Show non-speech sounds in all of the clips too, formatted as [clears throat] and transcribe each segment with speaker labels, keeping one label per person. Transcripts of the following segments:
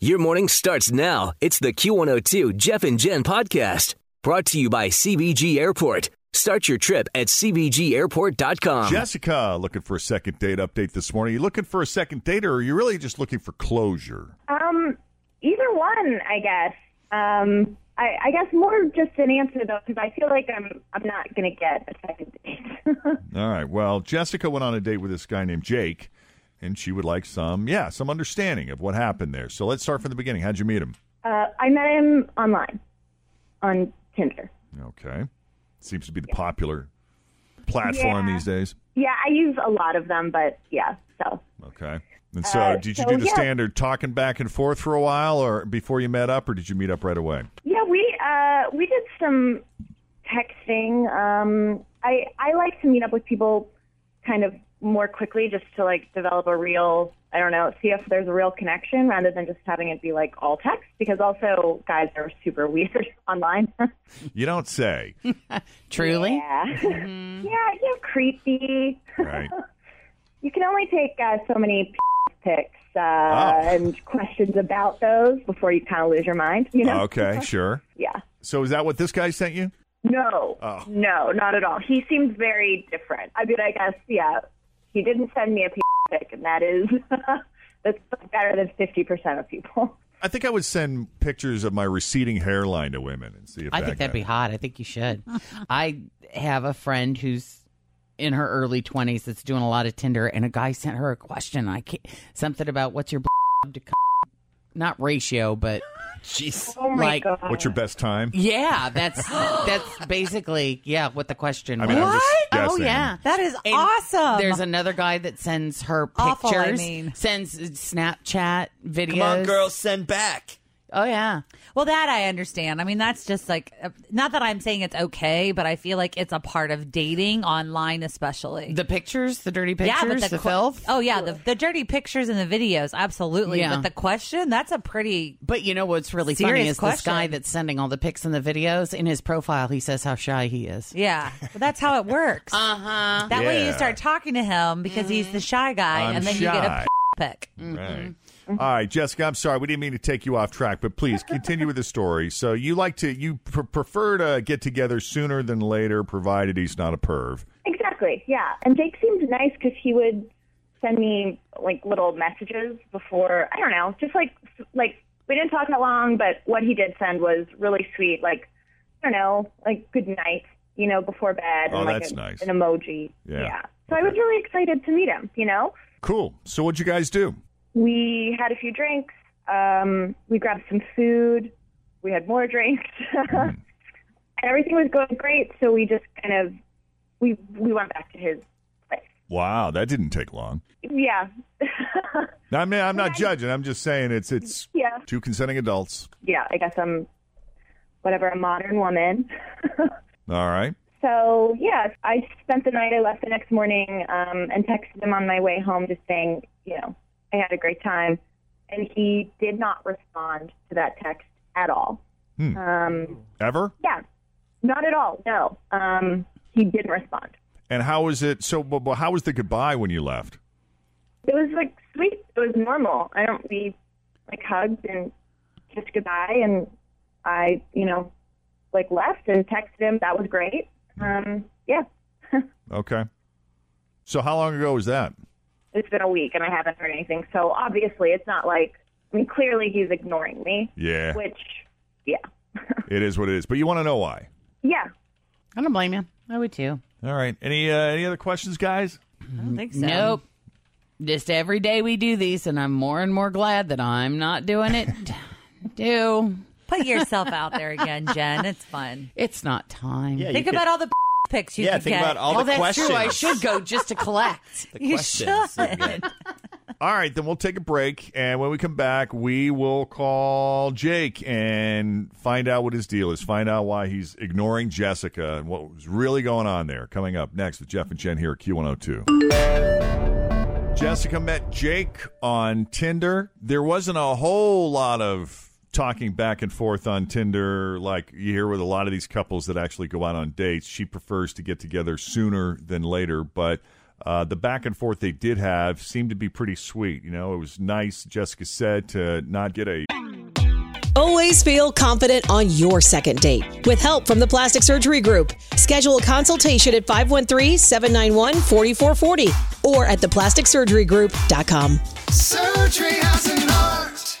Speaker 1: Your morning starts now. It's the Q102 Jeff and Jen podcast brought to you by CBG Airport. Start your trip at
Speaker 2: Um,
Speaker 1: CBGAirport.com.
Speaker 3: Jessica, looking for a second date update this morning. You looking for a second date, or are you really just looking for closure?
Speaker 2: Um, either one, I guess. Um, I, I guess more just an answer though, because I feel like I'm I'm not gonna get a second date. [laughs]
Speaker 3: All right. Well, Jessica went on a date with this guy named Jake, and she would like some, yeah, some understanding of what happened there. So let's start from the beginning. How'd you meet him?
Speaker 2: uh, I met him online on Tinder.
Speaker 3: Okay. Seems to be the popular platform
Speaker 2: Yeah.
Speaker 3: these days.
Speaker 2: Yeah, I use a lot of them, but yeah. So
Speaker 3: Okay. And so,
Speaker 2: Uh,
Speaker 3: did you
Speaker 2: so,
Speaker 3: do the
Speaker 2: yeah.
Speaker 3: standard talking back and forth for a while, or before you met up, or did you meet up right away?
Speaker 2: yeah, we uh, we did some texting. Um, I I like to meet up with people kind of more quickly, just to like develop a real I don't know, see if there's a real connection rather than just having it be like all text, because also guys are super [laughs] weird online.
Speaker 3: You don't
Speaker 2: [laughs]
Speaker 3: say,
Speaker 4: Truly?
Speaker 2: Yeah. [laughs] yeah, you're creepy.
Speaker 3: right?
Speaker 2: You can only take uh, so many pics uh,
Speaker 3: Oh.
Speaker 2: and questions about those before you kind of lose your mind, you know?
Speaker 3: Okay, sure.
Speaker 2: Yeah.
Speaker 3: So, is that what this guy sent you?
Speaker 2: No.
Speaker 3: Oh.
Speaker 2: No, not at all. He seemed very different. I mean, I guess, yeah, he didn't send me a pic, and that is, [laughs] that's better than 50% of people. [laughs]
Speaker 3: I think I would send pictures of my receding hairline to women and see if
Speaker 5: I
Speaker 3: that
Speaker 5: think that'd
Speaker 3: got-
Speaker 5: be hot. I think you should.
Speaker 6: [laughs]
Speaker 5: I have a friend who's in her early twenties that's doing a lot of Tinder, and a guy sent her a question. I can't, something about what's your to c-? not ratio,
Speaker 3: [laughs]
Speaker 5: but she's
Speaker 2: Oh, my
Speaker 5: like,
Speaker 2: God.
Speaker 3: What's your best time?
Speaker 5: yeah, that's that's basically yeah what the question
Speaker 3: I
Speaker 5: was.
Speaker 3: mean, I'm just
Speaker 6: Oh
Speaker 3: guessing.
Speaker 6: yeah, that is
Speaker 5: And
Speaker 6: awesome.
Speaker 5: There's another guy that sends her
Speaker 6: Awful, I
Speaker 5: pictures,
Speaker 6: mean.
Speaker 5: sends Snapchat videos.
Speaker 7: Come on, girls, send back.
Speaker 5: Oh yeah,
Speaker 6: well, that I understand. I mean, that's just like uh, not that I'm saying it's okay, but I feel like it's a part of dating online, especially.
Speaker 5: the pictures, the dirty pictures,
Speaker 6: yeah, but the,
Speaker 5: the
Speaker 6: que-
Speaker 5: filth.
Speaker 6: Oh yeah, the, the dirty pictures and the videos, absolutely.
Speaker 5: Yeah.
Speaker 6: But the question, that's a pretty.
Speaker 5: But you know what's really funny
Speaker 6: Serious
Speaker 5: is this
Speaker 6: question.
Speaker 5: guy that's sending all the pics and the videos in his profile. He says how shy he is.
Speaker 6: Yeah, But that's how it works.
Speaker 5: Uh huh.
Speaker 6: that way you
Speaker 3: Yeah.
Speaker 6: start talking to him because he's the shy guy,
Speaker 3: I'm
Speaker 6: and then you get [laughs]
Speaker 3: shy.
Speaker 6: a pick.
Speaker 5: Mm-hmm.
Speaker 3: Right. All right, Jessica. I'm sorry we didn't mean to take you off track, but please continue with the story. So you like to you pr- prefer to get together sooner than later, provided he's not a perv.
Speaker 2: Exactly. Yeah. And Jake seemed nice because he would send me like little messages before. I don't know, just like like we didn't talk that long, but what he did send was really sweet. Like I don't know, like good night, you know, before bed.
Speaker 3: Oh,
Speaker 2: and, like,
Speaker 3: that's
Speaker 2: a-
Speaker 3: nice.
Speaker 2: An emoji.
Speaker 3: Yeah.
Speaker 2: So I was really excited to meet him. You know,
Speaker 3: Cool. So what'd you guys do?
Speaker 2: we had a few drinks. Um, we grabbed some food. We had more drinks. [laughs] and everything was going great. So we just kind of we we went back to his place.
Speaker 3: Wow, that didn't take long.
Speaker 2: Yeah.
Speaker 3: I mean, I'm not judging. I'm just saying it's it's
Speaker 2: yeah.
Speaker 3: two consenting adults.
Speaker 2: Yeah, I guess I'm whatever, a modern woman. [laughs]
Speaker 3: All right.
Speaker 2: so, yeah, I spent the night, I left the next morning um, and texted him on my way home just saying, you know, I had a great time. And he did not respond to that text at all.
Speaker 3: Hmm.
Speaker 2: Um,
Speaker 3: Ever?
Speaker 2: yeah, not at all. No, um, he didn't respond.
Speaker 3: And how was it? So but- but how was the goodbye when you left?
Speaker 2: It was like sweet. It was normal. I don't we like hugged and kissed goodbye, and I you know like left and texted him. That was great. Um, yeah,
Speaker 3: Okay. So how long ago was that?
Speaker 2: it's been a week and I haven't heard anything. So obviously, it's not like I mean clearly he's ignoring me,
Speaker 3: Yeah,
Speaker 2: which yeah,
Speaker 3: it is what it is. But you want to know why?
Speaker 2: yeah.
Speaker 5: I don't blame you. I would too.
Speaker 3: All right. Any uh, any other questions, guys?
Speaker 6: I don't think so.
Speaker 5: Mm-hmm. Nope. Just every day we do these, and I'm more and more glad that I'm not doing [laughs] it. do [laughs]
Speaker 6: Put yourself out there again, Jen. It's fun.
Speaker 5: it's not time.
Speaker 7: Yeah,
Speaker 6: Think
Speaker 7: you could-
Speaker 6: about all the [laughs] pics you
Speaker 7: yeah,
Speaker 6: could
Speaker 7: think
Speaker 6: get.
Speaker 7: about all
Speaker 5: oh,
Speaker 7: the
Speaker 5: that's
Speaker 7: questions.
Speaker 5: [laughs] true. I should go just to collect.
Speaker 7: [laughs]
Speaker 6: [laughs]
Speaker 7: The
Speaker 6: You
Speaker 7: questions.
Speaker 6: should.
Speaker 7: you get.
Speaker 3: All right, then we'll take a break. And when we come back, we will call Jake and find out what his deal is, find out why he's ignoring Jessica and what was really going on there. Coming up next with Jeff and Jen here at Q102. Jessica met Jake on Tinder. There wasn't a whole lot of talking back and forth on Tinder like you hear with a lot of these couples that actually go out on dates. She prefers to get together sooner than later, but uh, the back and forth they did have seemed to be pretty sweet. You know, it was nice, Jessica said, to not get a
Speaker 8: Always feel confident on your second date. With help from the Plastic Surgery Group, schedule a consultation at 513 791 4440 or at theplasticsurgerygroup.com.
Speaker 9: Surgery has an art.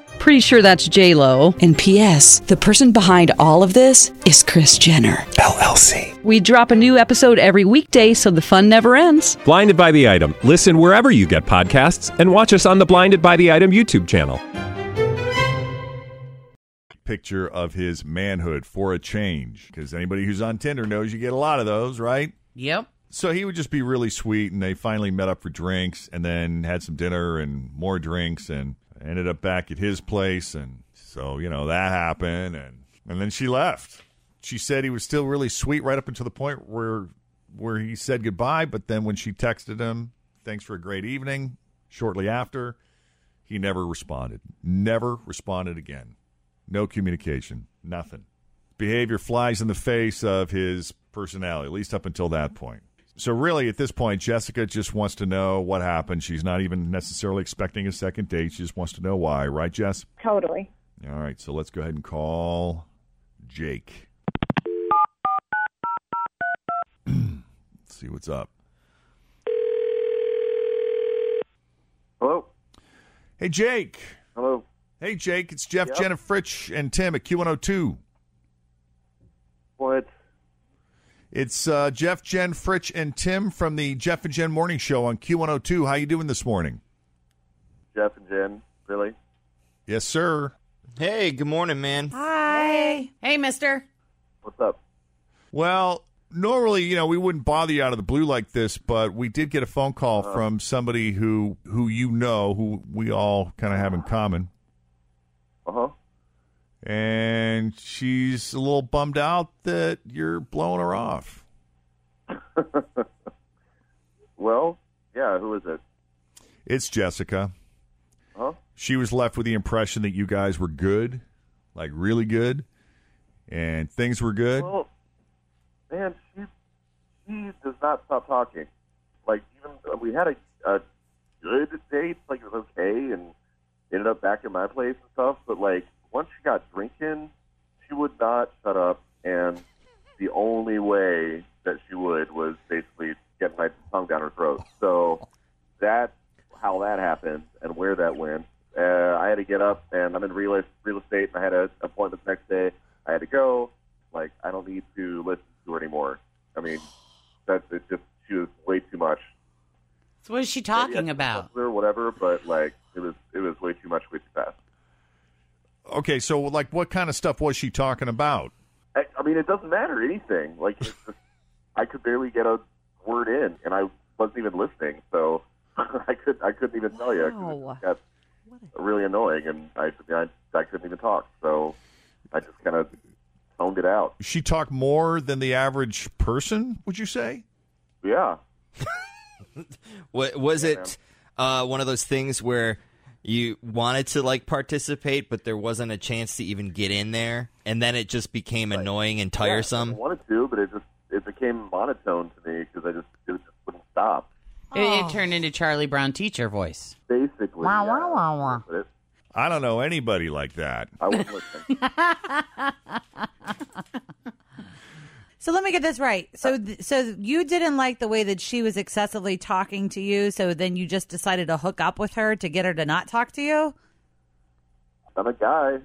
Speaker 10: Pretty sure that's J Lo.
Speaker 8: And P.S. The person behind all of this is Chris Jenner.
Speaker 11: LLC.
Speaker 10: We drop a new episode every weekday, so the fun never ends.
Speaker 11: Blinded by the item. Listen wherever you get podcasts, and watch us on the Blinded by the Item YouTube channel.
Speaker 3: picture of his manhood for a change. Because anybody who's on Tinder knows you get a lot of those, right?
Speaker 5: Yep.
Speaker 3: So he would just be really sweet, and they finally met up for drinks, and then had some dinner and more drinks, and ended up back at his place, and so you know that happened, and and then she left. She said he was still really sweet right up until the point where where he said goodbye, but then when she texted him, "Thanks for a great evening," shortly after, he never responded. Never responded again. No communication. Nothing. Behavior flies in the face of his personality, at least up until that point. So, really, at this point, Jessica just wants to know what happened. She's not even necessarily expecting a second date. She just wants to know why, right, Jess?
Speaker 2: Totally.
Speaker 3: All right, so let's go ahead and call Jake. [clears throat] let's see what's up.
Speaker 12: Hello.
Speaker 3: Hey, Jake.
Speaker 12: Hello.
Speaker 3: Hey, Jake. It's Jeff, Jenna, Fritch, and Tim at Q102.
Speaker 12: What?
Speaker 3: It's uh, Jeff, Jen, Fritch, and Tim from the Jeff and Jen Morning Show on Q102. How you doing this morning?
Speaker 12: Jeff and Jen, really?
Speaker 3: Yes, sir.
Speaker 7: Hey, good morning, man.
Speaker 5: Hi. Hey, mister.
Speaker 12: What's up?
Speaker 3: Well, normally, you know, we wouldn't bother you out of the blue like this, but we did get a phone call from somebody who who you know, who we all kind of have in common,
Speaker 12: Uh huh.
Speaker 3: and she's a little bummed out that you're blowing her off.
Speaker 12: Well, yeah. Who is it?
Speaker 3: It's Jessica.
Speaker 12: Huh?
Speaker 3: She was left with the impression that you guys were good, like really good, and things were good.
Speaker 12: Well, man, she she does not stop talking. Like even uh, we had a, a good date, like it was okay, and ended up back at my place and stuff. But like once she got drinking, she would not shut up, and the only way that she would was basically get my tongue down her throat. So that's how that happened and where that went. Uh, I had to get up, and I'm in real real estate, and I had an appointment the next day. I had to go. Like I don't need to listen to her anymore. I mean, that's it's just she was way too much.
Speaker 5: So what is she talking
Speaker 12: Yeah,
Speaker 5: about?
Speaker 12: or whatever, but like it was it was way too much, way too fast.
Speaker 3: Okay, so like, what kind of stuff was she talking about?
Speaker 12: I, I mean, it doesn't matter anything. Like, it's just, I could barely get a word in, and I wasn't even listening, so [laughs] I could I couldn't even tell you. 'cause
Speaker 6: Wow.
Speaker 12: It just got really annoying, and I, I I couldn't even talk, so I just kind of toned it out.
Speaker 3: She talked more than the average person. Would you say?
Speaker 7: [laughs]
Speaker 12: Yeah,
Speaker 7: What was it? Uh, one of those things where you wanted to like participate, but there wasn't a chance to even get in there, and then it just became annoying and
Speaker 12: I
Speaker 7: tiresome.
Speaker 12: wanted to, but it just it became monotone to me because I just it just wouldn't stop.
Speaker 6: Oh.
Speaker 5: It, it turned into Charlie Brown teacher voice.
Speaker 12: Basically,
Speaker 5: Wah,
Speaker 12: yeah,
Speaker 5: wah, wah, wah.
Speaker 12: But it,
Speaker 3: I don't know anybody like that.
Speaker 12: I wasn't listening.
Speaker 6: So let me get this right.
Speaker 12: Uh,
Speaker 6: So, th- so you didn't like the way that she was excessively talking to you. So then you just decided to hook up with her to get her to not talk to you.
Speaker 12: I'm a guy.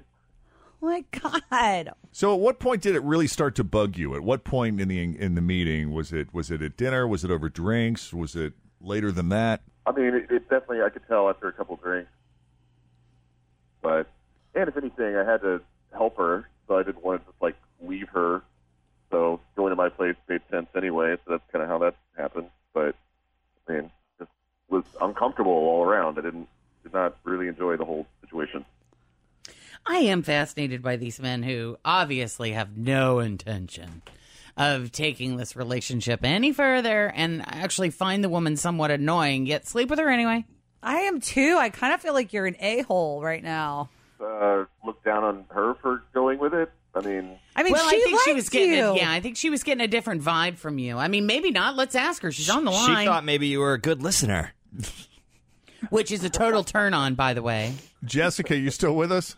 Speaker 6: Oh my God.
Speaker 3: So, at what point did it really start to bug you? At what point in the in the meeting was it was it at dinner? Was it over drinks? Was it later than that?
Speaker 12: I mean, it, it definitely I could tell after a couple drinks. But and if anything, I had to help her, so I didn't want to just like leave her. So going to my place made sense anyway. So that's kind of how that happened. But I mean, just was uncomfortable all around. I didn't did not really enjoy the whole situation.
Speaker 5: I am fascinated by these men who obviously have no intention of taking this relationship any further and actually find the woman somewhat annoying, yet sleep with her anyway.
Speaker 6: I am too. I kind of feel like you're an a hole right now.
Speaker 12: Uh, looked down on her for going with it. I mean,
Speaker 6: I mean,
Speaker 5: well,
Speaker 6: she
Speaker 5: I think she
Speaker 6: liked
Speaker 5: was getting, a-
Speaker 6: you.
Speaker 5: yeah, I think she was getting a different vibe from you. I mean, maybe not. Let's ask her. She's on the
Speaker 7: She
Speaker 5: line,
Speaker 7: thought maybe you were a good listener.
Speaker 5: which is a total turn on, by the way.
Speaker 3: Jessica, you still with us?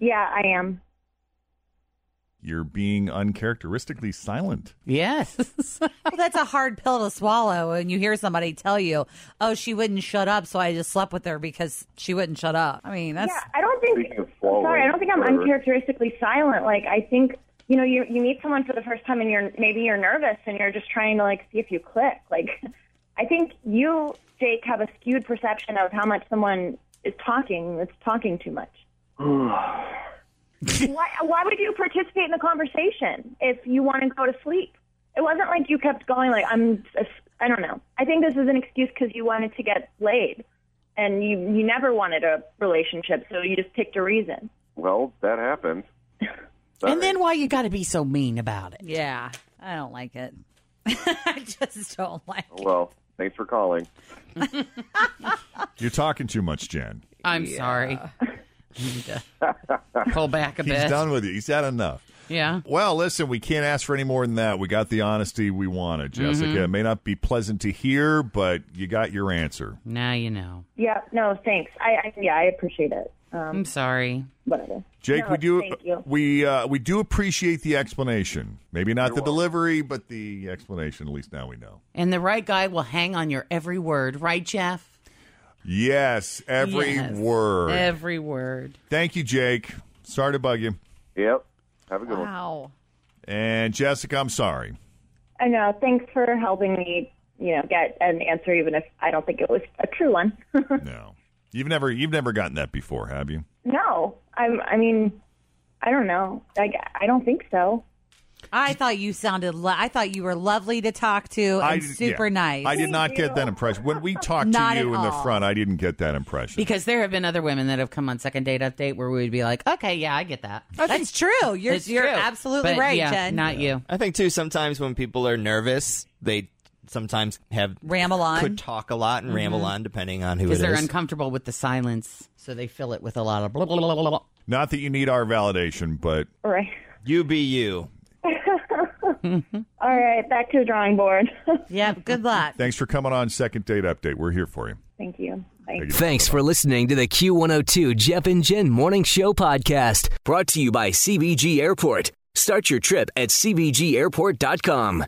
Speaker 2: Yeah, I am.
Speaker 3: You're being uncharacteristically silent.
Speaker 5: Yes.
Speaker 6: well, Oh, that's a hard pill to swallow when you hear somebody tell you, "Oh, she wouldn't shut up, so I just slept with her because she wouldn't shut up." I mean, that's
Speaker 2: Yeah, I don't think.
Speaker 12: Speaking of swallowing,
Speaker 2: Sorry, I don't think I'm
Speaker 12: whatever.
Speaker 2: uncharacteristically silent. Like, I think you know, you you meet someone for the first time, and you're maybe you're nervous, and you're just trying to like see if you click. Like, I think you, Jake, have a skewed perception of how much someone is talking. It's talking too
Speaker 12: [sighs]
Speaker 2: much. why Why would you participate in the conversation if you want to go to sleep? It wasn't like you kept going. Like, I'm. I don't know. I think this is an excuse because you wanted to get laid. And you, you never wanted a relationship, so you just picked a reason.
Speaker 12: well, that happened.
Speaker 5: [laughs] And then why you got to be so mean about it?
Speaker 6: yeah. I don't like it. [laughs] I just don't like.
Speaker 12: Oh, Well, thanks for calling.
Speaker 3: You're talking too much, Jen.
Speaker 5: I'm
Speaker 6: [laughs]
Speaker 5: sorry. I need to pull back a
Speaker 3: He's
Speaker 5: bit.
Speaker 3: done with you. He's had enough.
Speaker 5: Yeah.
Speaker 3: Well, listen, we can't ask for any more than that. We got the honesty we wanted, Jessica.
Speaker 6: Mm-hmm.
Speaker 3: It may not be pleasant to hear, but you got your answer.
Speaker 5: Now you know.
Speaker 2: Yeah, no, thanks. I, I yeah, I appreciate it. Um,
Speaker 5: I'm sorry.
Speaker 2: whatever.
Speaker 3: Jake,
Speaker 2: No,
Speaker 3: we do
Speaker 2: Thank you.
Speaker 3: we uh, we do appreciate the explanation. Maybe not the delivery, but the explanation. At least now we know.
Speaker 5: And the right guy will hang on your every word, right, Jeff?
Speaker 3: Yes, every
Speaker 5: Yes.
Speaker 3: word.
Speaker 5: Every word.
Speaker 3: Thank you, Jake. Sorry to bug you.
Speaker 12: Yep. Have a good one.
Speaker 6: Wow.
Speaker 3: And Jessica, I'm sorry.
Speaker 2: I know. Thanks for helping me. You know, get an answer, even if I don't think it was a true one. [laughs]
Speaker 3: No, you've never you've never gotten that before, have you?
Speaker 2: no, I'm. I mean, I don't know. Like, I don't think so.
Speaker 6: I thought you sounded. Lo- I thought you were lovely to talk to and
Speaker 3: I-
Speaker 6: super
Speaker 3: yeah.
Speaker 6: nice.
Speaker 3: I did not get that impression when we talked
Speaker 6: Not
Speaker 3: to you in
Speaker 6: at
Speaker 3: the
Speaker 6: all.
Speaker 3: front. I didn't get that impression.
Speaker 5: Because there have been other women that have come on second date update where we would be like, okay, yeah, I get that.
Speaker 6: That's true. You're
Speaker 5: It's
Speaker 6: you're
Speaker 5: true.
Speaker 6: absolutely
Speaker 5: But
Speaker 6: right,
Speaker 5: yeah,
Speaker 6: Jen.
Speaker 5: Not you.
Speaker 7: I think too. Sometimes when people are nervous, they sometimes have
Speaker 6: Ramble on.
Speaker 7: could talk a lot and ramble on, depending on who it
Speaker 5: Because they're
Speaker 7: is.
Speaker 5: uncomfortable with the silence, so they fill it with a lot of blah, blah, blah, blah, blah.
Speaker 3: Not that you need our validation, but
Speaker 2: All right.
Speaker 7: you be you.
Speaker 2: All right. Back to the drawing board. [laughs]
Speaker 6: yeah. Good luck.
Speaker 3: thanks for coming on Second Date Update. We're here for you.
Speaker 2: Thank you. Bye.
Speaker 1: Thanks for listening to the Q102 Jeff and Jen Morning Show podcast, brought to you by CBG Airport. Start your trip at CBGAirport.com.